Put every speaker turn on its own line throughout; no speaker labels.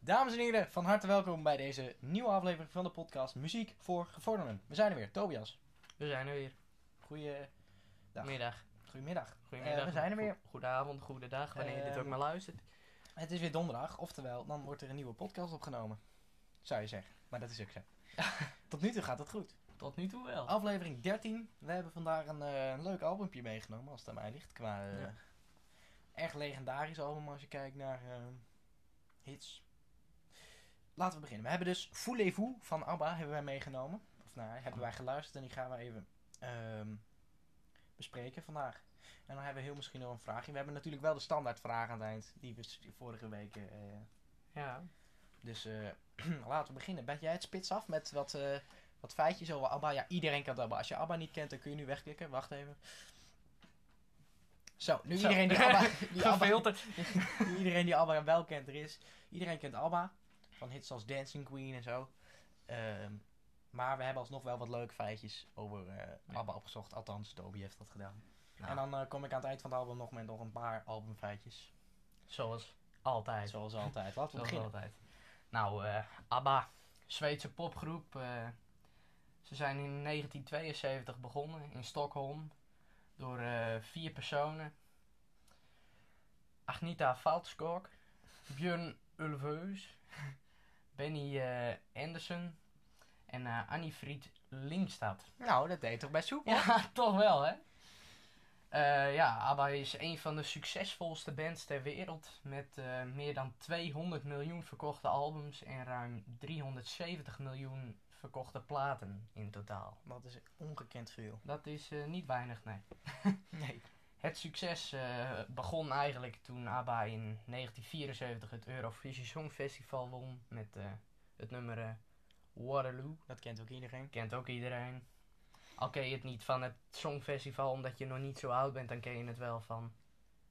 Dames en heren, van harte welkom bij deze nieuwe aflevering van de podcast Muziek voor Gevorderden. We zijn er weer, Tobias.
We zijn er weer.
Goeie, Dag.
Middag.
goedemiddag.
Goedemiddag.
Eh, we zijn er weer.
Go- Goedenavond, goedendag, wanneer je dit
Ehm,
ook maar luistert.
Het is weer donderdag, oftewel, dan wordt er een nieuwe podcast opgenomen. Zou je zeggen, maar dat is ook zo. Tot nu toe gaat het goed.
Tot nu toe wel.
Aflevering 13. We hebben vandaag een, eh, een leuk albumpje meegenomen, als het aan mij ligt. Qua eh,
Ja.
echt legendarisch album als je kijkt naar eh, hits. Laten we beginnen. We hebben dus Voulez-vous van ABBA hebben wij meegenomen. Of nou, hebben wij geluisterd en die gaan we even ehm, bespreken vandaag. En dan hebben we heel misschien nog een vraagje. We hebben natuurlijk wel de standaardvraag aan het eind, die we s- vorige week... eh,
Ja.
dus eh, laten we beginnen. Ben jij het spits af met wat, eh, wat feitjes over ABBA? Ja, iedereen kent ABBA. Als je ABBA niet kent, dan kun je nu wegklikken. Wacht even. Zo, nu
Zo.
iedereen die ABBA... Die ABBA
Gefilterd.
nu iedereen die ABBA wel kent, er is. Iedereen kent ABBA. Van hits als Dancing Queen en zo. Ehm, maar we hebben alsnog wel wat leuke feitjes over eh,
Ja.
ABBA opgezocht. Althans, Toby heeft dat gedaan.
Nou.
En dan eh, kom ik aan het eind van het album nog met nog een paar albumfeitjes.
Zoals altijd.
Zoals altijd. Laten we
Zoals
beginnen.
altijd. Nou, eh, ABBA, Zweedse popgroep. eh, ze zijn in 1972 begonnen in Stockholm door eh, vier personen. Agnita Valtskog, Björn Ulvaeus, Benny eh, Andersen en eh, Annie-Fried Lindstad.
Nou, dat deed toch best soepel?
Ja, toch wel, hè? Eh, ja, ABBA is een van de succesvolste bands ter wereld. Met eh, meer dan 200 miljoen verkochte albums en ruim 370 miljoen verkochte platen in totaal.
Dat is ongekend veel.
Dat is eh, niet weinig, nee.
Nee.
Het succes eh, begon eigenlijk toen ABBA in 1974 het Eurovisie Songfestival won met eh, het nummer eh, Waterloo.
Dat kent ook iedereen.
Kent ook iedereen. Al ken je het niet van het Songfestival, omdat je nog niet zo oud bent, dan ken je het wel van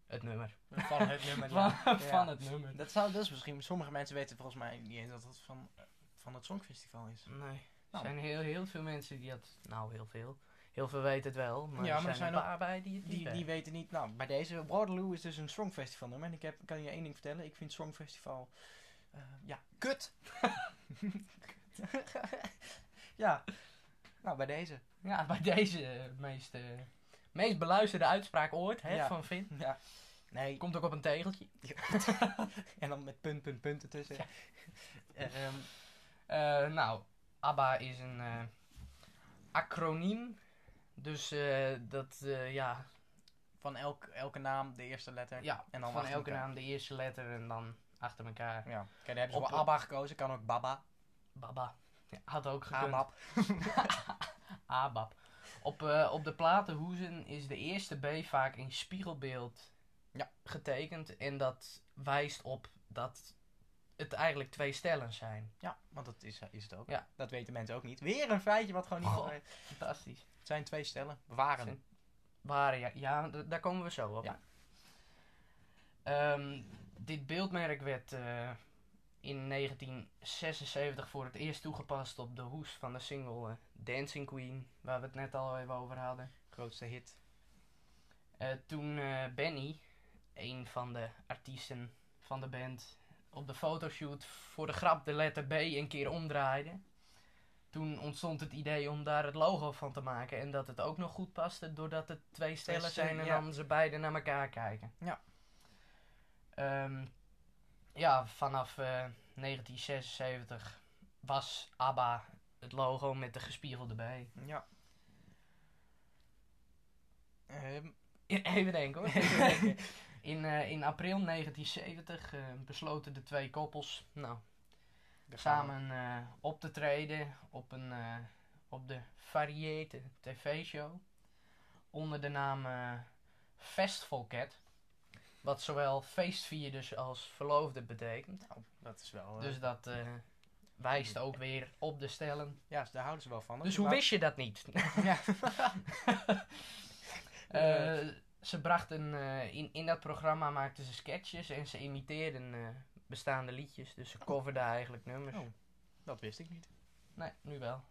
het nummer.
Van het nummer.
Van,
ja.
van het nummer.
Dat zou dus misschien, sommige mensen weten volgens mij niet eens dat het van, eh, van het Songfestival is.
Nee. Er
Nou.
zijn heel, heel veel mensen die dat... Nou, heel veel. Heel veel weten het wel, maar,
Ja, maar
er zijn een
ook-
paar bij die het niet
Die, die
weten.
weten niet, nou bij deze, Waterloo is dus een Songfestival nummer. En ik heb, kan je één ding vertellen, ik vind Songfestival, eh, ja, kut. ja, nou bij deze.
Ja, bij deze eh, meest, eh, meest beluisterde uitspraak ooit hè,
Ja.
van Vin.
Ja, nee.
Komt ook op een tegeltje.
En dan met punt, punt, punt ertussen. Eh, ehm,
Eh, nou, ABBA is een eh, acroniem. Dus eh, dat, eh, ja,
van elk, elke naam de eerste letter.
Ja,
en dan
van
achter
elke
elkaar.
naam de eerste letter en dan achter elkaar.
Ja, kijk, daar hebben ze
Op-
voor ABBA gekozen, kan ook Baba,
Baba. Ja, had ook gekund.
ABAP.
Abab. Op, eh, op de platenhoezen is de eerste B vaak in spiegelbeeld
Ja.
getekend. En dat wijst op dat het eigenlijk twee stellen zijn.
Ja, want dat is, is het ook.
Ja. Oh.
Dat weten mensen ook niet. Weer een feitje wat gewoon niet...
Goh.
doorheen-
Fantastisch.
Het zijn twee stellen. Waren.
Zijn- Waren, ja, ja d- daar komen we zo op.
Ja.
Ehm, dit beeldmerk werd eh, in 1976 voor het eerst toegepast op de hoes van de single eh, Dancing Queen, waar we het net al even over hadden.
Grootste hit.
Eh, toen eh, Benny, een van de artiesten van de band, op de fotoshoot voor de grap de letter B een keer omdraaide. Toen ontstond het idee om daar het logo van te maken en dat het ook nog goed paste doordat het twee stellen
stellen,
zijn en
ja.
dan ze beiden naar elkaar kijken.
Ja.
Ehm, ja, vanaf eh, 1976 was ABBA het logo met de gespiegelde B.
Ja. Ehm,
Even denken hoor.
Even denken.
in, eh, in april 1970 eh, besloten de twee koppels nou,
daar gaan we.
samen eh, op te treden op, een, eh, op de Variëte TV-show onder de naam eh Festvolket. Wat zowel feestvierders als verloofde betekent.
Nou, dat is wel... eh,
Dus dat eh, wijst ook weer op de stellen.
ja, daar houden ze wel van.
Dus hoe wist je dat niet?
Ja.
Eh, ze brachten eh, in, in dat programma maakten ze sketches en ze imiteerden eh, bestaande liedjes. Dus ze coverden eigenlijk nummers.
Oh. dat wist ik niet.
Nee, nu wel.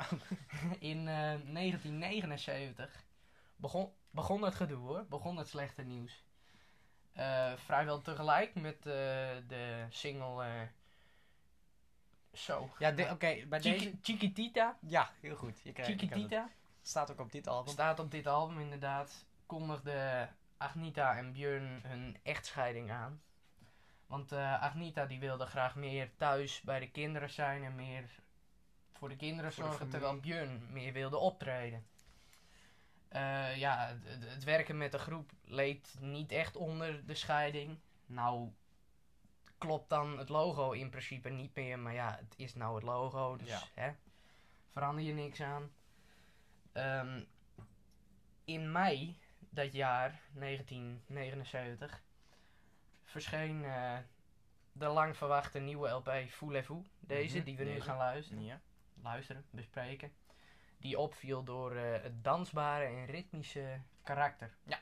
in eh, 1979 begon, begon het gedoe hoor, begon het slechte nieuws. Eh, eh, vrijwel tegelijk met eh, de single. eh, zo.
Ja, de- oké, bij deze...
Chiqui- Chiquitita.
Ja, heel goed. Je krijgt, je krijgt het.
Chiquitita
Staat ook op dit album.
staat op dit album inderdaad. Kondigde Agnita en Björn hun echtscheiding aan. Want eh, Agnita die wilde graag meer thuis bij de kinderen zijn en meer voor de kinderen
Voor de
zorgen,
familie.
terwijl Björn meer wilde optreden. Eh, ja, het- het, het werken met de groep leed niet echt onder de scheiding. Nou, klopt dan het logo in principe niet meer, maar ja, het is nou het logo, dus
Ja.
hè, verander je niks aan. Ehm, in mei dat jaar, 1979, verscheen eh, de lang verwachte nieuwe LP Voulez-vous. Deze
Mhm,
die we nu
deze.
gaan luisteren
Ja.
luisteren, bespreken. Die opviel door eh, het dansbare en ritmische karakter.
Ja,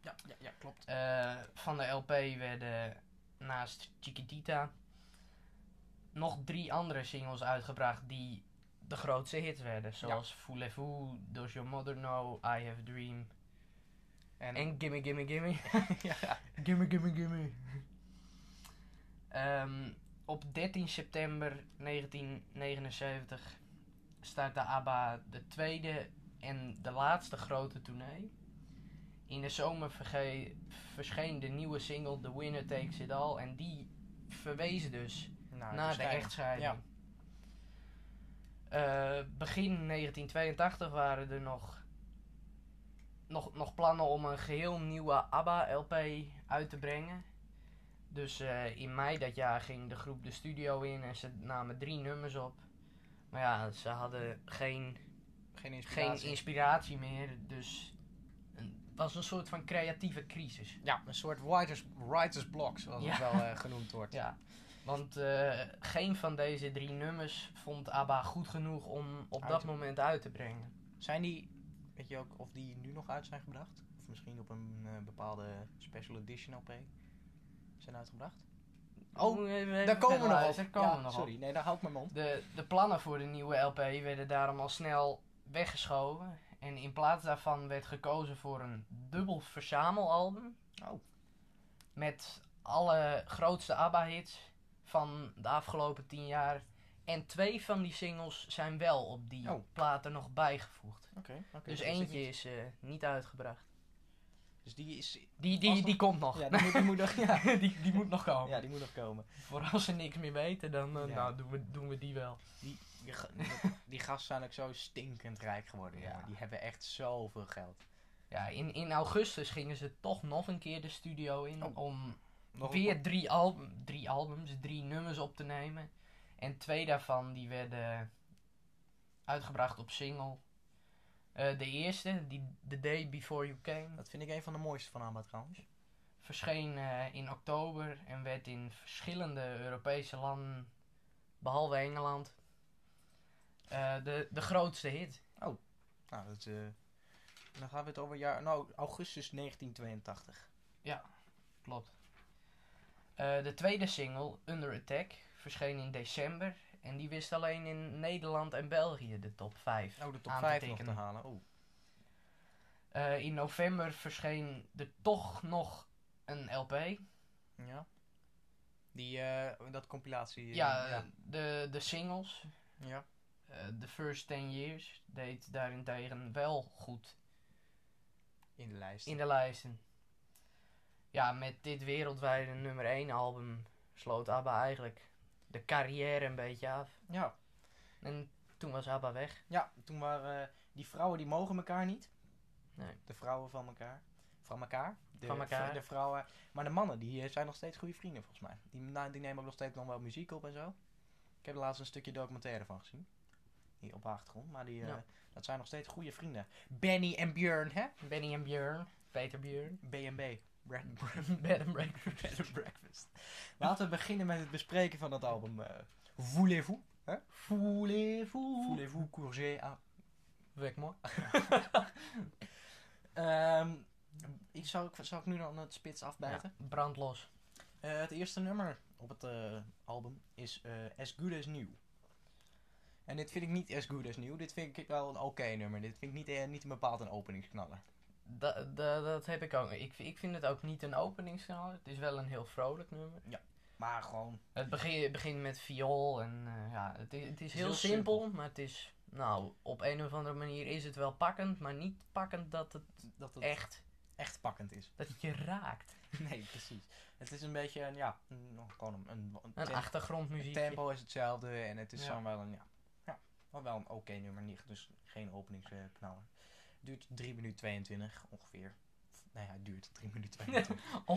ja, ja, klopt.
Eh, van de LP werden naast Chiquitita nog drie andere singles uitgebracht die de grootste hit werden. Zoals Voulez-vous, Does Your Mother Know, I Have a Dream
En,
en Gimme Gimme Gimme.
ja.
Gimme, gimme, gimme. Ehm, op 13 september 1979 start de ABBA de tweede en de laatste grote tournee. In de zomer verge- verscheen de nieuwe single The Winner Takes It All en die verwees dus
Nou,
na de
waarschijnlijk.
echtscheiding.
Ja.
Eh, begin 1982 waren er nog, nog, nog plannen om een geheel nieuwe ABBA-LP uit te brengen. Dus eh, in mei dat jaar ging de groep de studio in en ze namen drie nummers op. Maar ja, ze hadden geen,
Geen
geen
inspiratie.
inspiratie meer. Dus een- het was een soort van creatieve crisis.
ja, een soort writers, writers block, zoals
Ja.
het wel eh, genoemd wordt.
Ja, want eh, geen van deze drie nummers vond ABBA goed genoeg om op
Uit
dat
te-
moment uit te brengen.
Zijn die, weet je ook, of die nu nog uit zijn gebracht? Of misschien op een eh, bepaalde special edition LP zijn uitgebracht? Oh,
Moet je even
Daar komen we nog op.
verder luisteren, Daar komen
Ja,
we nog
sorry,
op.
nee, daar hou ik mijn mond.
De, de plannen voor de nieuwe LP werden daarom al snel weggeschoven. En in plaats daarvan werd gekozen voor een dubbel verzamelalbum.
Oh.
Met alle grootste ABBA-hits van de afgelopen tien jaar. En twee van die singles zijn wel op die
Oh.
platen nog bijgevoegd.
Oké, oké,
Dus
dat wist ik
eentje
niet.
is eh, niet uitgebracht.
Dus die is.
Die,
Was
die,
nog-
die komt nog.
Ja, Oh, die moet, die moet nog, ja.
die, die moet nog komen.
ja, die moet nog komen.
Voor als ze niks meer weten, dan eh,
Ja.
nou, doen, we, doen we die wel.
Die, die, ga- die gasten zijn ook zo stinkend rijk geworden.
Ja.
jongen. Die hebben echt zoveel geld.
Ja, in, in augustus gingen ze toch nog een keer de studio in
Oh.
om
Nog een
weer drie, album, drie albums, drie nummers op te nemen. En twee daarvan die werden uitgebracht op single. Eh, de eerste, die The Day Before You Came,
Dat vind ik een van de mooiste van ABBA trouwens.
verscheen eh, in oktober en werd in verschillende Europese landen, behalve Engeland, eh, de, de grootste hit.
Nou, dat, eh, dan gaan we het over jaar, nou, augustus 1982.
Klopt. Eh, de tweede single, Under Attack, verscheen in december. En die wist alleen in Nederland en België de top 5.
Oh, de top
Aan te
5 nog te
tekenen.
halen. Oh.
Eh, in november verscheen er toch nog een LP.
Ja. Die, eh, dat compilatie. eh,
ja,
ja.
eh, De, de singles.
Ja.
eh, the First 10 Years deed daarentegen wel goed
in de lijst.
in de lijsten. Ja, met dit wereldwijde nummer 1 album sloot ABBA eigenlijk de carrière een beetje af.
Ja.
En toen was ABBA weg.
ja, toen waren eh, die vrouwen die mogen elkaar niet.
Nee.
De vrouwen van elkaar. Van elkaar. De,
Van elkaar.
De vrouwen. Maar de mannen, die eh, zijn nog steeds goede vrienden volgens mij. Die, na- die nemen ook nog steeds nog wel muziek op en zo. Ik heb er laatst een stukje documentaire van gezien. Hier op de achtergrond. Maar die, eh,
Ja.
dat zijn nog steeds goede vrienden. Benny en Björn, hè?
Benny en Björn. Peter Björn.
B&B. Bread and Breakfast.
Bed and Breakfast.
Bed and breakfast. Laten we beginnen met het bespreken van dat album. eh Voulez-vous?
Voulez-vous.
Voulez-vous courger à
Wek mooi.
Ehm, ik zou, zou ik nu dan het spits afbijten?
Brand los.
Eh, het eerste nummer op het eh, album is eh, As Good As New. En dit vind ik niet As Good As New. Dit vind ik wel een oké nummer. Dit vind ik niet, eh, niet een bepaald een openingsknaller.
Da, da- dat heb ik ook. Ik, ik vind het ook niet een openingssnel. Het is wel een heel vrolijk nummer.
Maar gewoon,
Het begin- het begint met viool en eh, ja, het is, het is heel,
heel
simpel, maar het is, nou, op een of andere manier is het wel pakkend, maar niet pakkend dat het
dat het echt,
echt,
pakkend is.
dat het je raakt.
nee, precies. Het is een beetje een, ja, een- gewoon een, een, een
Een
tem- het
achtergrondmuziek.
tempo is hetzelfde en het is
Ja.
dan wel een, ja, ja wel wel een oké nummer. niet- Dus geen openingsknaller. Duurt 3 minuten 22 ongeveer. Nee, hij duurt 3 minuten 22.
Oh,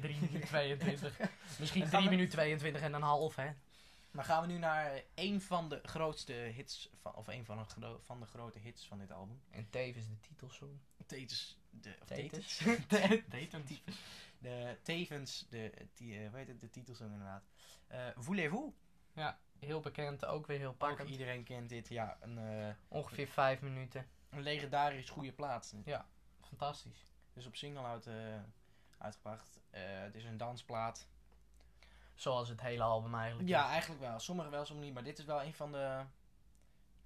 3 minuten 22. Misschien
Dan gaan
3
we-
minuten 22 en een half, hè.
Maar gaan we nu naar een van de grootste hits, van, of een van de, gro- van de grote hits van dit album.
En tevens de titelsong.
Tetens, de, of
Tetens.
Tetens.
Tetens.
De, tevens, de, die, eh, hoe heet het, de titelsong inderdaad. Eh Voulez-vous?
Heel bekend, ook weer heel
Ook
pakkend.
iedereen kent dit, ja. Een, eh,
Ongeveer 5 minuten.
een legendarisch goede plaats.
Fantastisch.
Dus op single uit, eh, uitgebracht. Eh, het is een dansplaat.
Zoals het hele album eigenlijk
Ja,
is.
eigenlijk wel. Sommigen wel, sommigen niet. Maar dit is wel een van de...
De
van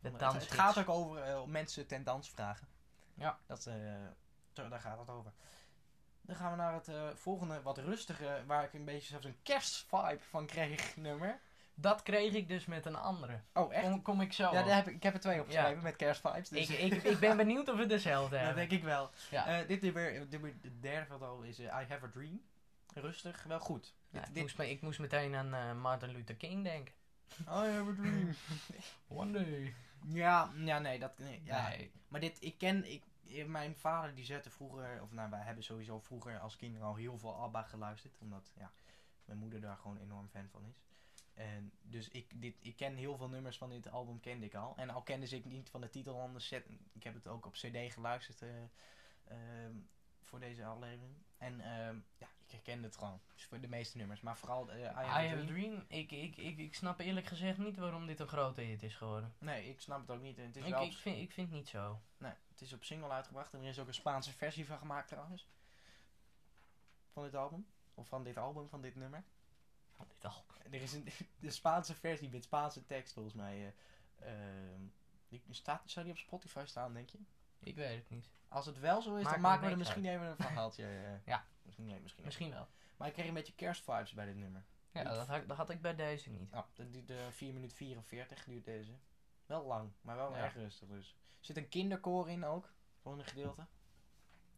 de- het, het
danshits.
gaat ook over eh, om mensen ten dans vragen.
Ja.
Dat, eh, zo, daar gaat het over. Dan gaan we naar het eh, volgende, wat rustige, waar ik een beetje zelfs een kerstvibe van kreeg, nummer.
Dat kreeg ik dus met een andere.
Oh, echt?
Kom, kom ik zo
Ja,
op.
daar heb ik, ik heb er twee opgeschreven met kerstvibes. Dus
Ik, ik, ik ben benieuwd of we dezelfde
dat
hebben.
denk ik wel.
Ja.
Eh, dit nummer, nummer, de derde van het album is eh, I Have a Dream. Rustig, wel goed.
Ja,
dit-
ik,
dit-
moest me- ik moest meteen aan eh, Martin Luther King denken.
I Have a Dream.
One day.
ja, ja, nee, dat. Nee, ja.
Nee.
Maar dit, ik ken. Ik, eh, mijn vader die zette vroeger, of nou, wij hebben sowieso vroeger als kinderen al heel veel ABBA geluisterd. Omdat, ja, mijn moeder daar gewoon enorm fan van is. En dus ik, dit, ik ken heel veel nummers van dit album, kende ik al. En al kende ik niet van de titel, anders zet, ik heb het ook op cd geluisterd eh, ehm, voor deze aflevering. En ehm, ja, ik herkende het gewoon. Dus voor de meeste nummers. Maar vooral eh, I Have a
I have a
Dream.
dream. Ik, ik, ik, ik snap eerlijk gezegd niet waarom dit een grote hit is geworden.
Nee, ik snap het ook niet. En Het is
Ik,
wel op
ik, vind, ik vind niet zo.
Nee, het is op single uitgebracht en er is ook een Spaanse versie van gemaakt trouwens. Van dit album. Of van dit album, van dit nummer.
Van dit al.
Er is een de Spaanse versie met Spaanse tekst volgens mij. eh, ehm, die staat, zou die op Spotify staan, denk je?
Ik weet het niet.
Als het wel zo is,
Maakt
dan
me
maken we er
niks
misschien even een verhaaltje. eh,
Ja.
Misschien, nee, misschien, misschien.
Misschien wel.
Maar ik kreeg een beetje kerstvibes bij dit nummer.
Ja,
Niet.
dat had, dat had ik bij deze niet.
Nou, dat duurt eh, 4 minuten 44 duurt deze. Wel lang, maar wel
Ja.
erg rustig dus. Er zit een kinderkoor in ook, volgende gedeelte.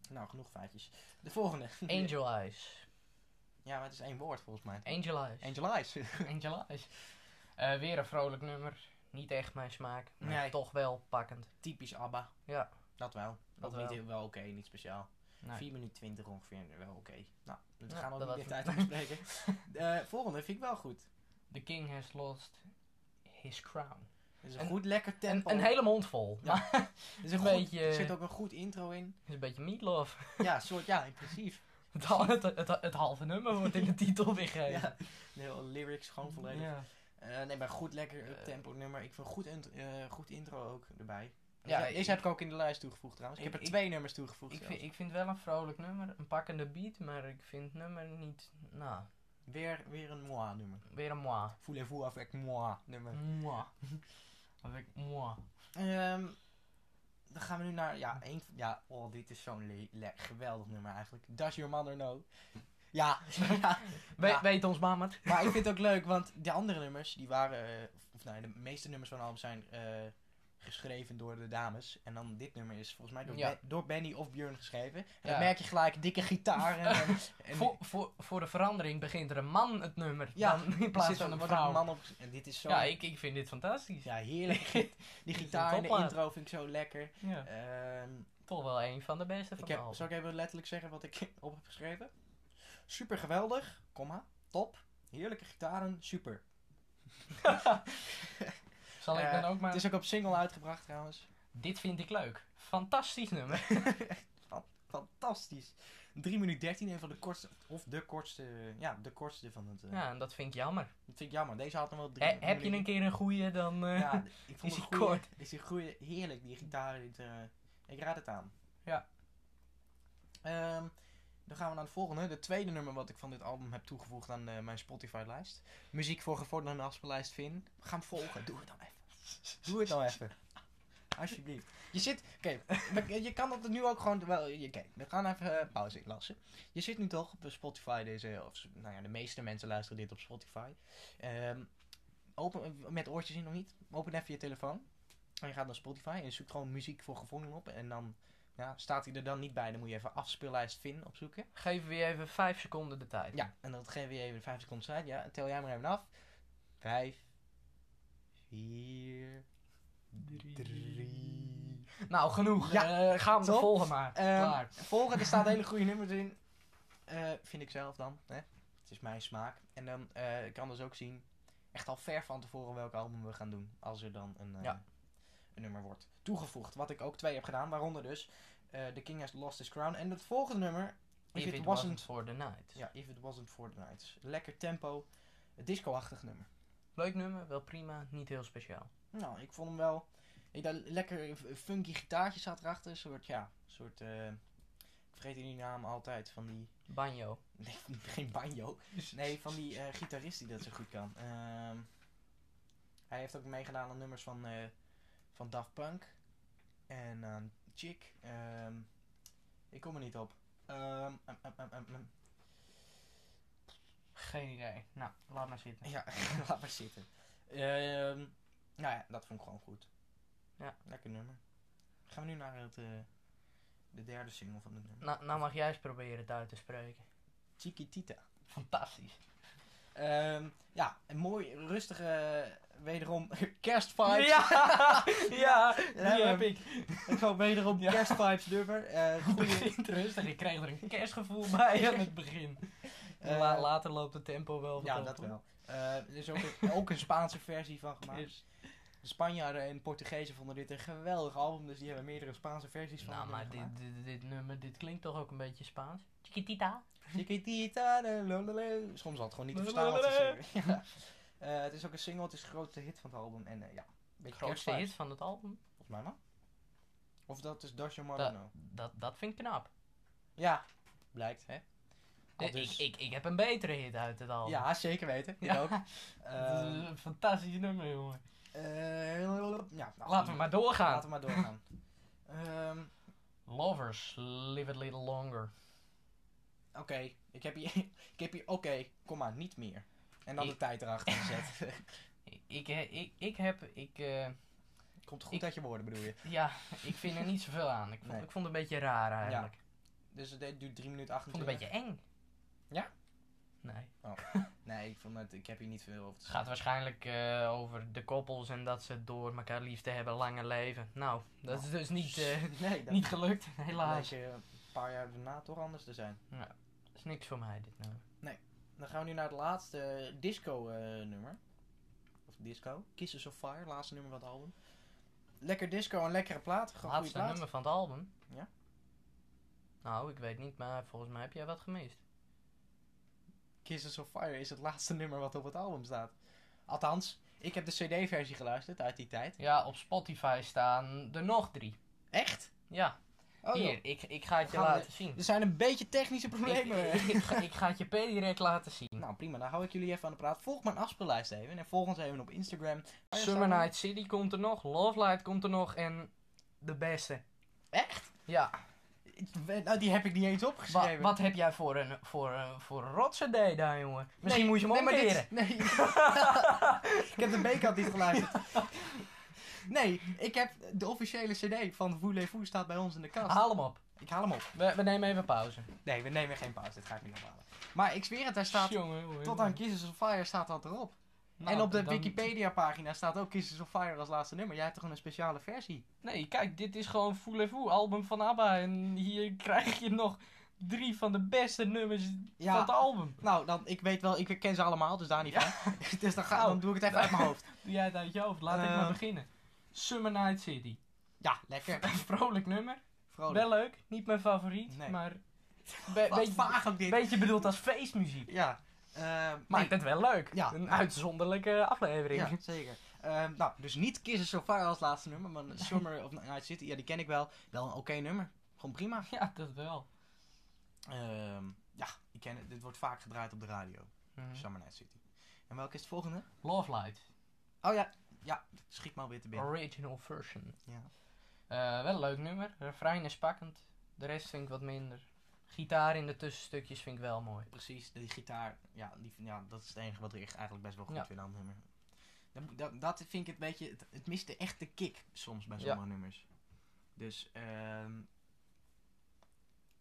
Nou, genoeg feitjes. De volgende.
Angel Eyes.
Ja, maar het is één woord volgens mij.
Angel Eyes.
Angel Eyes.
Angel Eyes. Eh, weer een vrolijk nummer. Niet echt mijn smaak, maar
Nee.
toch wel pakkend.
Typisch ABBA.
Ja.
Dat wel.
Dat
ook niet
wel.
heel- wel oké, niet speciaal.
Nee.
4 minuten 20 ongeveer, wel oké. Nou, dat
Ja,
gaan we
dat
ook
was
niet de
het.
tijd bespreken. De volgende vind ik wel goed.
The king has lost his crown.
Het is een
Een-
goed lekker
Een,
tempo.
een hele mond vol.
Ja.
Maar
Het is een
een
goed-
beetje-
Er zit ook een goed intro in.
het is een beetje meatloaf.
Ja, soort, ja, inclusief.
Het, hal- het, het, het halve nummer wordt in de titel
Ja,
weergegeven.
de hele lyrics gewoon volledig.
Ja.
Eh, nee, maar goed lekker
Eh.
tempo nummer. Ik vind goed, int- eh, goed intro ook erbij.
Ja,
Ja, deze
ik-
heb ik ook in de lijst toegevoegd trouwens. Ik
ik-
heb er
ik-
twee nummers toegevoegd.
Ik,
zelfs.
vind, ik vind wel een vrolijk nummer, een pakkende beat, maar ik vind het nummer niet. Nou,
Weer, weer een moi nummer.
weer een moi.
Voulez-vous avec moi nummer.
Moi. Of ik moi.
Ehm, dan gaan we nu naar, ja, een, van- ja oh, dit is zo'n le- le- geweldig nummer eigenlijk. Does your mother know? Ja, ja.
We-
Ja.
Weet ons mama het?
maar ik vind het ook leuk, want de andere nummers, die waren, eh, of nou, de meeste nummers van het album zijn eh, geschreven door de dames. En dan dit nummer is volgens mij door,
Ja.
Ben- door Benny of Björn geschreven. En
Ja.
dan merk je gelijk dikke gitaar. En, en, en-
Voor, voor, voor de verandering begint er een man het nummer.
Ja,
dan in
er
plaats
zit
van een
wat
vrouw.
man op, en dit is zo...
ja, ik, ik vind dit fantastisch.
ja, heerlijk. Die
een
gitaar in de
topplaat.
intro vind ik zo lekker.
Ja.
Ehm
Toch wel een van de beste van
Ik
de
heb, zal ik even letterlijk zeggen wat ik op heb geschreven? Super geweldig, comma, top, heerlijke gitaren, super.
Zal ik
Eh,
dan ook maar...
Het is ook op single uitgebracht trouwens.
Dit vind ik leuk. Fantastisch nummer.
Fantastisch. 3 minuut 13, een van de kortste, of de kortste, ja, de kortste van het. eh,
Ja, en dat vind ik jammer.
Dat vind ik jammer, deze had nog wel drie
He- heb je een keer een goeie, dan... eh,
Ja, ik vond
is
het
hij
goeie,
kort.
is een goeie, heerlijk die gitaar. dit, eh, ik raad het aan.
Ja.
Ehm, dan gaan we naar het volgende. De tweede nummer wat ik van dit album heb toegevoegd aan eh, mijn Spotify-lijst. Muziek voor gevorderde afspeellijst Vin. Ga hem volgen. Doe het nou even. Doe het nou even. Alsjeblieft. Je zit. Oké, we- je kan dat nu ook gewoon. Wel, je- oké, we gaan even eh, pauze inlassen. Je zit nu toch op Spotify deze. Of, nou ja, de meeste mensen luisteren dit op Spotify. Ehm, open, met oortjes in nog niet. Open even je telefoon. En je gaat naar Spotify en je zoekt gewoon muziek voor gevonden op. En dan ja, staat hij er dan niet bij. Dan moet je even afspeellijst Vin opzoeken.
Geef weer even 5 seconden de tijd.
Ja, en dat geven we je even 5 seconden tijd. Ja, en tel jij maar even af. 5, 4,
Drie.
3.
Nou, genoeg.
Ja,
Ja. gaan we de
top. Eh,
volgen maar. Klaar.
Volgende, er staan hele goede nummers in. Eh, vind ik zelf dan. Hè? Het is mijn smaak. En dan eh, ik kan dus ook zien, echt al ver van tevoren welk album we gaan doen. Als er dan een, eh,
Ja.
een nummer wordt toegevoegd. Wat ik ook twee heb gedaan, waaronder dus eh The King Has Lost His Crown. En het volgende nummer, If, It dus Wasn't...
for the night.
Ja, If It Wasn't For The Night. Lekker tempo, disco-achtig nummer.
Leuk nummer, wel prima, niet heel speciaal.
Nou, ik vond hem wel. Ik dacht, lekker f- funky gitaartje zat erachter. Een soort, ja, een soort. eh, ik vergeet die naam altijd van die.
Banjo.
Nee, geen banjo. Nee, van die eh, gitarist die dat zo goed kan. Ehm, hij heeft ook meegedaan aan nummers van, eh, van Daft Punk. En aan Chick. Ehm, ik kom er niet op. Ehm, em, em, em, em, em.
Geen idee. Nou, laat maar zitten.
Ja, laat maar zitten. Ehm, nou ja, dat vond ik gewoon goed.
Ja.
Lekker nummer. Gaan we nu naar het, eh, de derde single van het nummer.
Nou, nou mag jij eens proberen het uit te spreken.
Chiquitita.
Fantastisch.
Ehm, ja, een mooi, rustige, eh, wederom kerstvibes.
Ja, ja, die
Ja,
heb
maar-
ik.
Gewoon wederom
Ja.
kerstvibes nummer. Eh,
Het
goeie-
begint rustig. Ik kreeg er een kerstgevoel bij aan het begin.
eh,
La- later loopt het tempo wel wat
ja,
op,
dat
hoor.
wel. Eh, er is ook een, ook een Spaanse versie van gemaakt.
Kerst.
De Spanjaarden en Portugezen vonden dit een geweldig album, dus die hebben meerdere Spaanse versies van
Nou,
het
maar
nummer gemaakt.
dit, dit, dit nummer, dit klinkt toch ook een beetje Spaans? Chiquitita.
Chiquitita, de lolele. Soms had het gewoon niet te verstaan wat ze zingen. Ja. Eh, het is ook een single, het is de grootste hit van het album. En eh, ja, een beetje
Grootste
kerstvibes,
hit van het album.
Volgens mij wel. Of dat is Dasha
Dat,
Moreno.
dat, dat vind ik knap. Eh,
Ja, blijkt hè. Al
Ik,
dus.
ik, ik heb een betere hit uit het album.
Ja, zeker weten. Ik
Ja.
ook.
Dat is
Ehm,
een fantastisch nummer, jongen.
eh, ja, nou,
Laten we maar doorgaan.
Laten we maar doorgaan. Ehm,
Lovers, live it little longer.
Oké, ik heb hier, ik heb hier oké, kom maar, niet meer. En dan de
Ik-
tijd erachter gezet.
Ik, ik, he- ik, ik heb, ik, eh,
Komt goed
Ik-
uit je woorden, bedoel je.
ja, ik vind er niet zoveel aan. Ik vond,
Nee.
ik vond het een beetje raar eigenlijk.
Dus het duurt 3 minuten
Ik
28.
vond het een beetje eng.
Ja?
Nee.
Nee, ik, vond het, ik heb hier niet veel over te
Het gaat waarschijnlijk eh, over de koppels en dat ze door elkaar liefde hebben, lange leven. Nou, dat is dus niet, eh,
nee, dat
niet gelukt, helaas.
blijkt, eh, een paar jaar daarna toch anders te zijn.
Dat is niks voor mij, dit nummer.
Dan gaan we nu naar het laatste disco-nummer. of disco. Kisses of Fire, laatste nummer van het album. Lekker disco en lekkere plaat. Gewoon goede
Laatste
plaat.
nummer van het album.
Ja.
Nou, ik weet niet, maar volgens mij heb jij wat gemist.
Kisses of Fire is het laatste nummer wat op het album staat. Althans, ik heb de CD-versie geluisterd uit die tijd.
Ja, op Spotify staan er nog drie.
Echt?
Ja,
Oh, joh.
hier, ik, ik ga het je
Gaan we-
laten zien.
Er zijn een beetje technische
Ik,
problemen.
ik- ik ga, ik ga het je per direct laten zien.
nou prima, dan hou ik jullie even aan de praat. Volg mijn afspeellijst even en volg ons even op Instagram.
Summer Night City komt er nog, Love Light komt er nog en de beste.
Echt?
Ja,
Ik- Nou, die heb ik niet eens
wa-
opgeschreven.
wat heb jij voor een, voor een, voor een rotse day daar, jongen? Misschien
Nee,
moet je hem
nee, maar dit-
omkeren.
nee. ik heb de B-kant niet geluisterd. Nee, ik heb de officiële CD van Voulez-Vous staat bij ons in de kast.
Haal hem op.
Ik haal hem op.
We, we nemen even pauze.
Nee, we nemen geen pauze. Dit ga ik niet ophalen. Maar ik zweer het, daar staat...
jongen, jongen,
Tot aan Kisses of Fire staat dat erop.
Nou,
en op de
dan-
Wikipedia-pagina staat ook Kisses of Fire als laatste nummer. Jij hebt toch een speciale versie?
Nee, kijk, dit is gewoon Voulez-vous, album van ABBA. En hier krijg je nog drie van de beste nummers
Ja.
van het album.
Nou, dan, ik weet wel, ik ken ze allemaal, dus daar niet van. dus dan, ga,
Oh.
dan doe ik het even uit mijn hoofd.
Doe jij het uit je hoofd? Laat ik
Ehm.
maar beginnen. Summer Night City.
Ja, lekker.
Een vrolijk nummer.
Vrolijk.
Wel leuk. Niet mijn favoriet,
Nee.
maar... Be-
Wat
beetje,
vaag ook dit.
beetje bedoeld als feestmuziek.
Ja.
Eh,
ehm,
Maar
nee.
ik vind het wel leuk.
Ja.
Een uitzonderlijke aflevering.
Ja, zeker. Ehm, nou, dus niet Kisses So Far als laatste nummer, maar Summer of Night City, ja, die ken ik wel. Wel een oké nummer. Gewoon prima.
Ja, dat wel.
Ehm, ja, ik ken het. Dit wordt vaak gedraaid op de radio.
Mhm.
Summer Night City. En welke is het volgende?
Love Light.
Oh ja, ja, schiet maar weer te binnen.
Original version.
Ja.
Eh, wel een leuk nummer. Refrein is pakkend. De rest vind ik wat minder. Gitaar in de tussenstukjes vind ik wel mooi.
Precies, die gitaar, ja, die, ja, dat is het enige wat er echt eigenlijk best wel goed
Ja.
vindt aan het nummer. Dat, dat, dat vind ik het beetje, het, het mist de echte kick soms bij
Ja.
sommige nummers. Dus, ehm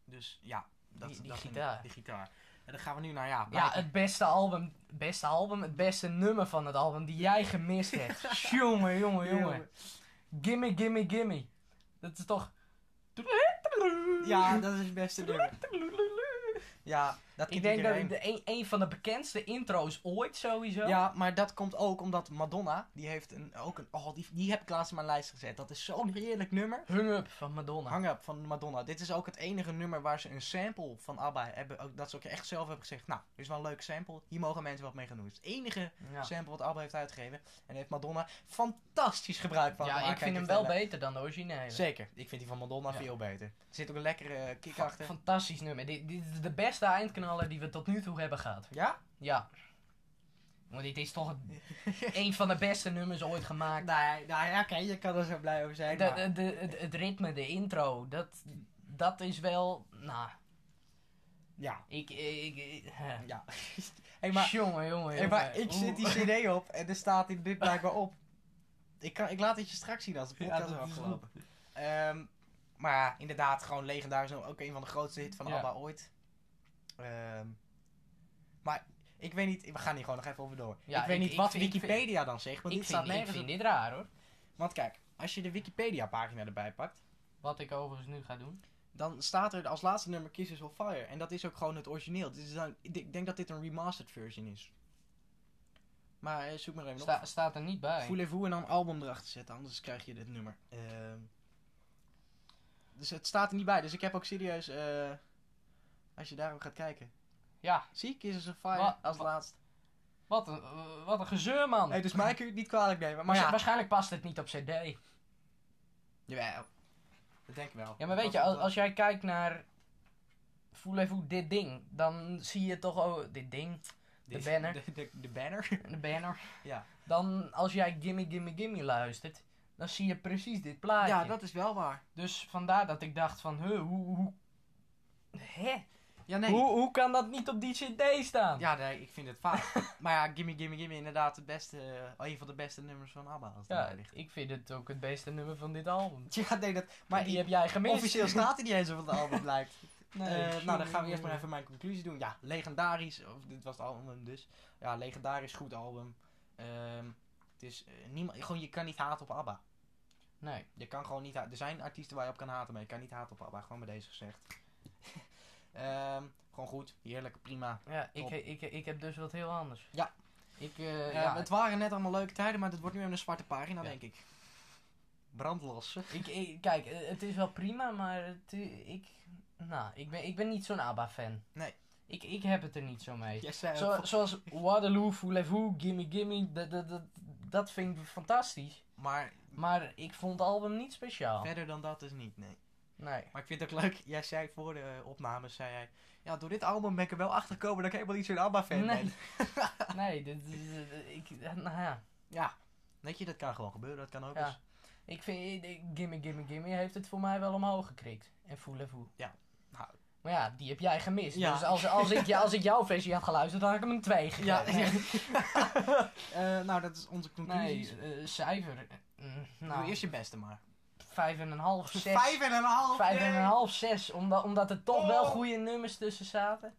dus ja. Dat,
Die- die
dat vind ik-
gitaar.
Die gitaar. En dan gaan we nu naar, ja,
Ja,
blijkbaar-
het beste album, beste album, het beste nummer van het album die jij gemist hebt. jongen, jongen, jongen. Gimme, gimme, gimme. Dat is toch...
Ja, dat is het beste nummer. Ja, dat
Ik denk dat het de een, een van de bekendste intro's ooit sowieso.
Ja, maar dat komt ook omdat Madonna, die heeft een, ook een... Oh, die, die heb ik laatst in mijn lijst gezet. Dat is zo'n heerlijk nummer.
Hung Up van Madonna.
Hang Up van Madonna. Dit is ook het enige nummer waar ze een sample van ABBA hebben. Ook, dat ze ook echt zelf hebben gezegd, nou, dit is wel een leuk sample. Hier mogen mensen wat mee gaan doen. Het is het enige
ja.
sample wat ABBA heeft uitgegeven. En heeft Madonna fantastisch gebruik van
Ja,
gemaakt.
ik
kan
vind
je
hem wel
vertellen.
beter dan de originele.
Zeker. Ik vind die van Madonna
Ja.
veel beter. Er zit ook een lekkere kick
Fa-
achter.
Fantastisch nummer. Dit, dit is de beste eindknaller die we tot nu toe hebben gehad.
Ja?
Ja. Want dit is toch het- een van de beste nummers ooit gemaakt.
Nee, nou ja, oké, je kan er zo blij over zijn.
De,
maar-
de, de- het, het ritme, de intro, dat, dat is wel. Nou,
Ja.
ik. ik, ik eh.
Ja. hey, maar,
jongen, jongen.
hey, maar
jongen.
ik zit die cd op en er staat in dit blijkbaar op. Ik, kan, ik laat het je straks zien als de
Ja,
podcast
dat
is
is
afgelopen. Ehm, maar ja, inderdaad, gewoon legendarisch. Ook een van de grootste hits van
Ja.
ABBA ooit. Ehm, maar ik weet niet... We gaan hier gewoon nog even over door.
Ja,
ik weet
ik-
niet
ik
wat
vind- ik vind-
Wikipedia dan zegt, want
ik
dit staat
vind, ik
nergens
vind
op.
dit raar hoor.
Want kijk, als je de Wikipedia-pagina erbij pakt...
Wat ik overigens nu ga doen.
Dan staat er als laatste nummer Kisses of Fire. En dat is ook gewoon het origineel. Dit is dan, ik denk dat dit een remastered version is. Maar eh, zoek maar even op.
Sta- staat er niet bij.
Voulez-vous en dan album erachter zetten, anders krijg je dit nummer. Ehm, dus het staat er niet bij, dus ik heb ook serieus, eh, als je daarom gaat kijken.
Ja,
Zie, Kisses of Fire
Wa-
als
wa-
laatst.
wat een, eh, wat een gezeur man.
Hey, dus mij kun je het niet kwalijk nemen, maar
Waarsch-
ja.
Waarschijnlijk past het niet op CD.
Jawel, dat denk ik wel.
Ja, maar weet je,
Dat-
als, als jij kijkt naar Voulez-vous dit ding, dan zie je toch ook dit ding,
dit-
de banner.
De, de- de banner?
de banner.
Ja.
Dan als jij Gimme Gimme Gimme luistert, dan zie je precies dit plaatje.
ja, dat is wel waar.
Dus vandaar dat ik dacht van, huh, hoe, hoe, hè?
Ja, nee.
Hoe, hoe kan dat niet op die CD staan?
Ja, nee, ik vind het vaak. maar ja, Gimme Gimme Gimme inderdaad het beste, eh, een van de beste nummers van ABBA als het
Ja,
erbij ligt.
ik vind het ook het beste nummer van dit album.
Ja, nee, dat,
Maar
maar
die
ik-
heb jij gemist.
officieel staat hij niet eens op het album blijkt.
Nee,
Eh, nou, dan gaan we
sorry.
eerst maar even mijn conclusie doen. Ja, legendarisch. Of, dit was het album dus. Ja, legendarisch goed album. Ehm, het is eh, niemand, gewoon, je kan niet haten op ABBA.
Nee,
Je kan gewoon niet haten. Er zijn artiesten waar je op kan haten, maar je kan niet haten op ABBA. Gewoon bij deze gezegd. Ehm, gewoon goed. Heerlijk, prima.
ja, ik,
Top.
ik, ik, ik heb dus wat heel anders.
Ja.
Ik, eh,
Ehm,
ja,
het waren net allemaal leuke tijden, maar dat wordt nu even een zwarte pagina,
Ja.
denk ik. Brandlos.
Ik, ik- kijk, eh, het is wel prima, maar het, i- ik, nou, ik, ben, ik ben niet zo'n ABBA-fan.
Nee.
Ik, ik heb het er niet zo mee.
Jij zei
Zo,
ook-
zoals Waterloo, Voulez-vous, Gimme Gimme, dat, dat, dat, dat vind ik fantastisch.
Maar
Maar ik vond het album niet speciaal.
verder dan dat dus niet, nee.
Nee.
Maar ik vind het ook leuk, jij zei voor de opnames, zei jij... Ja, door dit album ben ik er wel achter gekomen dat ik helemaal niet zo'n ABBA-fan ben.
Nee, nee dit, is- eh, ik, eh, nou ja.
Ja, weet je, dat kan gewoon gebeuren, dat kan ook
Ja.
eens.
Ik vind, eh, eh, Gimme Gimme Gimme heeft het voor mij wel omhoog gekrikt. En Voulez-vous.
Ja, nou.
Maar ja, die heb jij gemist.
Ja.
Dus als, als, ik, als ik jouw versie had geluisterd, dan had ik hem een 2 gegeven.
Ja, Eh, nou, dat is onze conclusies.
Nee, eh, cijfer. eh, mm,
Doe
nou,
eerst je beste maar.
vijf en een half, zes.
Vijf en een half!
Vijf
yay!
en een half, zes. Omdat, omdat er toch wel
Oh.
goede nummers tussen zaten.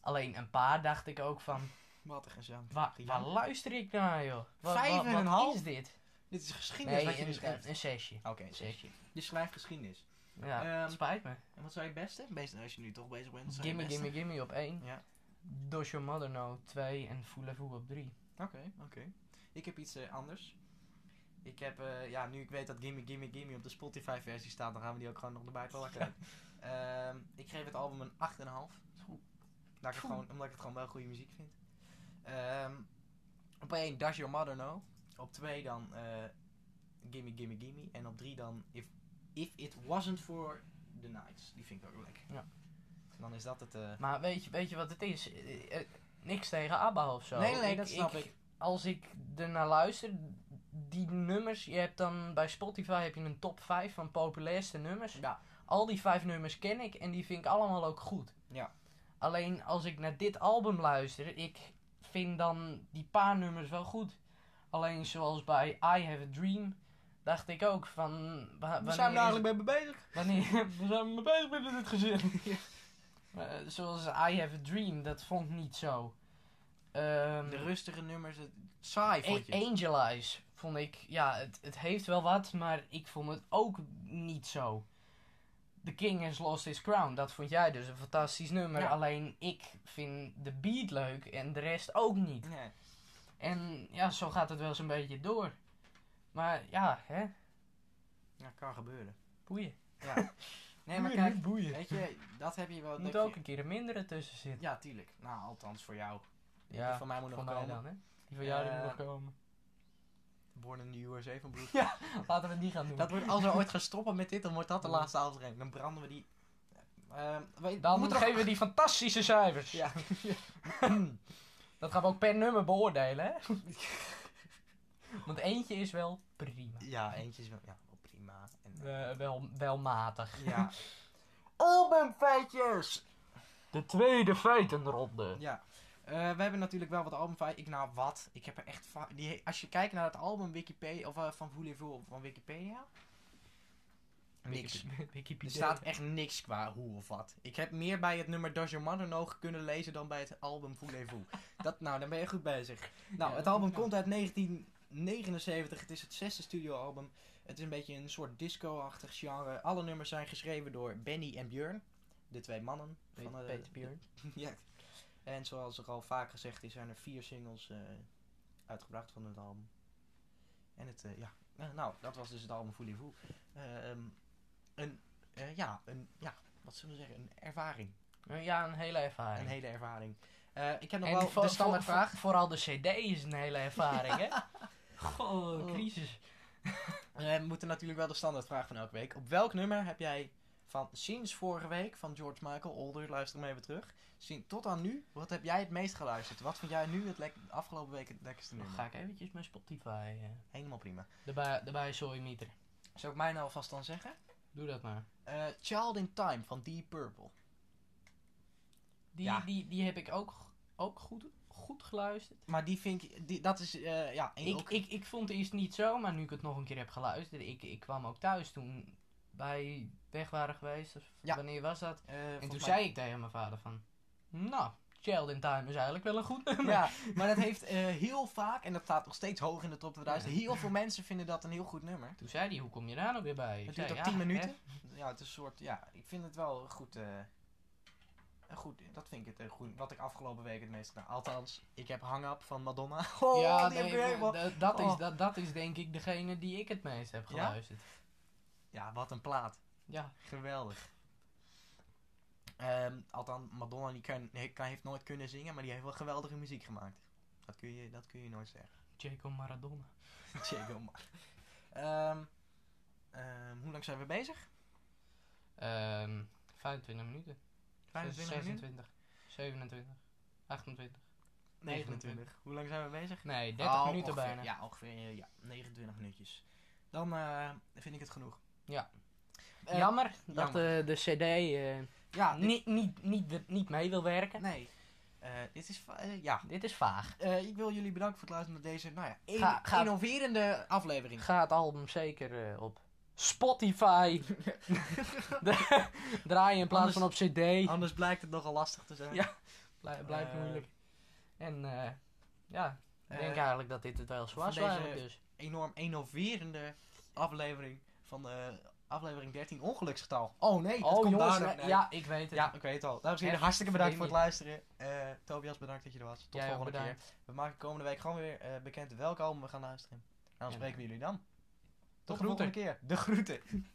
Alleen een paar dacht ik ook van,
Wat een gezellig.
waar, waar luister ik naar joh? Wat,
Vijf
wat-
en
wat
een half?
is dit?
Dit is geschiedenis
Nee,
wat je nu
een,
schrijft.
een, een zesje.
Oké, dus
Een zesje.
je schrijft geschiedenis.
Ja,
Ehm,
spijt me.
En wat zou je beste? Beste, als je nu toch bezig bent, wat zou je
Gimme,
beste?
gimme, gimme op één.
Ja.
Dosh Your Mother No 2 en Voulez-vous op 3.
Oké, oké. Ik heb iets eh, anders. Ik heb, eh, ja, nu ik weet dat Gimme Gimme Gimme op de Spotify versie staat, dan gaan we die ook gewoon nog erbij plakken. Ehm, ik geef het album een 8,5. Omdat ik, het
Oeh.
gewoon, omdat ik het gewoon wel goede muziek vind. Ehm, op 1 Does Your Mother Know. Op 2 dan eh, Gimme Gimme Gimme. En op 3 dan If, If It Wasn't For The Nights. Die vind ik ook lekker.
Ja.
Dan is dat het... eh,
Maar weet je, weet je wat het is? Eh, eh, niks tegen ABBA of zo.
nee, nee, dat snap ik.
Als ik ernaar luister, die nummers, je hebt dan bij Spotify heb je een top 5 van populairste nummers.
Ja.
Al die vijf nummers ken ik en die vind ik allemaal ook goed.
Ja.
Alleen als ik naar dit album luister, ik vind dan die paar nummers wel goed. Alleen zoals bij I Have a Dream dacht ik ook van... wa-
Waar
wanneer
zijn we
is-
nou eigenlijk mee bezig?
Wanneer we zijn mee bezig met dit gezin? Eh, zoals I Have a Dream, dat vond ik niet zo. Ehm,
De rustige nummers, het saai
A-
vond je. het?
Angel Eyes vond ik, ja, het, het heeft wel wat, maar ik vond het ook niet zo. The King Has Lost His Crown, dat vond jij dus een fantastisch nummer.
Ja.
Alleen ik vind de beat leuk en de rest ook niet.
Nee.
En ja, zo gaat het wel eens een beetje door. Maar ja, hè,
Ja, kan gebeuren.
boeien.
Ja. Nee, maar
Boeien,
kijk,
niet boeien.
weet je, dat heb je wel.
Er moet
dat
ook
je-
een keer een mindere tussen zitten.
Ja, tuurlijk. Nou, althans voor jou.
Ja,
Die van mij moet nog
Van mij
komen.
dan, hè. Die van jou die moet
Eh,
nog komen.
Born in the USA van Bruce.
Ja, laten we die gaan doen.
Dat wordt, als we ooit gaan stoppen met dit, dan wordt dat de laatste aflevering. Dan branden we die. Ehm, weet-
dan
moet er
geven we die fantastische cijfers.
Ja.
Dat gaan we ook per nummer beoordelen, hè? Want eentje is wel prima.
ja, eentje is wel ja, wel prima. En,
Eh, wel, wel matig.
Ja. Albumfeitjes!
De tweede feitenronde.
Ja. Eh, we hebben natuurlijk wel wat albumfeitjes. Ik nou wat? Ik heb er echt va- die, Als je kijkt naar het album Wikipedia of eh, van Voulez-vous van Wikipedia. Niks. Er
Wikipedia.
staat echt niks qua hoe of wat. Ik heb meer bij het nummer Does Your Mother Know kunnen lezen dan bij het album Voulez-vous. Dat, nou, dan ben je goed bezig. Nou,
Ja,
het
dat
album
moet wel.
komt uit 1979. Het is het zesde studioalbum. Het is een beetje een soort disco-achtig genre. Alle nummers zijn geschreven door Benny en Björn. De twee mannen.
Peter,
eh,
Peter Bjorn.
ja. En zoals er al vaak gezegd is, zijn er vier singles eh, uitgebracht van het album. En het, eh, ja, Eh, nou, dat was dus het album Fully Vous. Eh, ehm, een, eh, ja, een, ja, wat zullen we zeggen, een ervaring.
Eh, Ja, een hele ervaring.
Een hele ervaring. Eh, ik heb nog
En
wel
voor-
de
voor-
standaardvraag.
voor- vooral de CD is een hele ervaring, hè? Goh, crisis.
Eh, we moeten natuurlijk wel de standaardvraag van elke week. Op welk nummer heb jij van sinds vorige week van George Michael Older, luister hem even terug, sin- tot aan nu, wat heb jij het meest geluisterd? Wat vind jij nu het lek- afgelopen week het lekkerste
Dan
nummer?
ga ik eventjes mijn Spotify. eh
Helemaal prima.
daarbij, daarbij sorry, Mieter.
Zou ik mijn alvast dan zeggen?
Doe dat maar.
Eh, Child in Time van Deep Purple.
Die,
Ja.
die, die heb ik ook, ook goed, goed geluisterd.
Maar die vind ik, die, dat is, eh, ja, en
Ik,
ook-
ik, ik vond het eerst niet zo, maar nu ik het nog een keer heb geluisterd, ik, ik kwam ook thuis toen wij weg waren geweest. Of
Ja.
Wanneer was dat?
eh,
En
volgens
toen
mij-
zei ik tegen mijn vader van, nou, Child in Time is eigenlijk wel een goed nummer.
Ja, maar dat heeft eh, heel vaak, en dat staat nog steeds hoog in de top 2000,
Ja.
heel veel mensen vinden dat een heel goed nummer.
Toen zei hij, hoe kom je daar nou weer bij? Ik
Het
zei,
duurt ook
ja,
10
hè.
minuten. Ja, het is een soort, ja, ik vind het wel een goed, eh, een goed, dat vind ik het een goed, wat ik afgelopen week het meest gedaan. Althans, ik heb Hang Up van Madonna. Oh,
ja,
die heb
nee,
ik helemaal-
d- dat, is,
Oh.
dat, dat is denk ik degene die ik het meest heb
Ja?
geluisterd.
Ja, wat een plaat.
Ja,
Geweldig. Ehm althans, Madonna die kan, he- kan- heeft nooit kunnen zingen, maar die heeft wel geweldige muziek gemaakt. Dat kun je, dat kun je nooit zeggen.
Jacob Maradona.
Diego maar. Ehm, ehm, hoe lang zijn we bezig?
Ehm 25 minuten.
25 minuten?
26, 27, 28.
29. Hoe lang zijn we bezig?
Nee, 30
Oh,
minuten
ongeveer,
bijna.
Ja, ongeveer eh, ja, 29 minuutjes. Dan eh, vind ik het genoeg.
Ja.
Eh,
jammer dat de, de CD eh,
Ja, dit-
niet, niet, niet, niet mee wil werken.
nee. Eh, dit is... va- eh, ja.
Dit is vaag.
Eh, ik wil jullie bedanken voor het luisteren naar deze, nou ja, in-
Ga- ga-
innoverende aflevering.
Ga het album zeker eh, op Spotify dra- draaien in plaats van op CD.
Anders blijkt het nogal lastig te zijn.
Ja. Blij- blijft
eh,
moeilijk. En eh, ja, ik
Eh,
denk eigenlijk dat dit het wel zo
van
was.
deze-
eigenlijk Dus.
Enorm innoverende aflevering van de aflevering 13 ongeluksgetal. Oh nee, dat komt
jongens,
daar.
eh, ja, ik weet het.
ja, ik weet het al. Dames en heren,
Echt,
hartstikke bedankt voor
vreemd.
het luisteren. Eh, Tobias, bedankt dat je er was. Tot
Jij ook
volgende
bedankt.
keer. We maken komende week gewoon weer eh, bekend welk album we gaan luisteren. En dan
Ja.
spreken we jullie dan. Tot de,
groeten.
volgende keer. De groeten.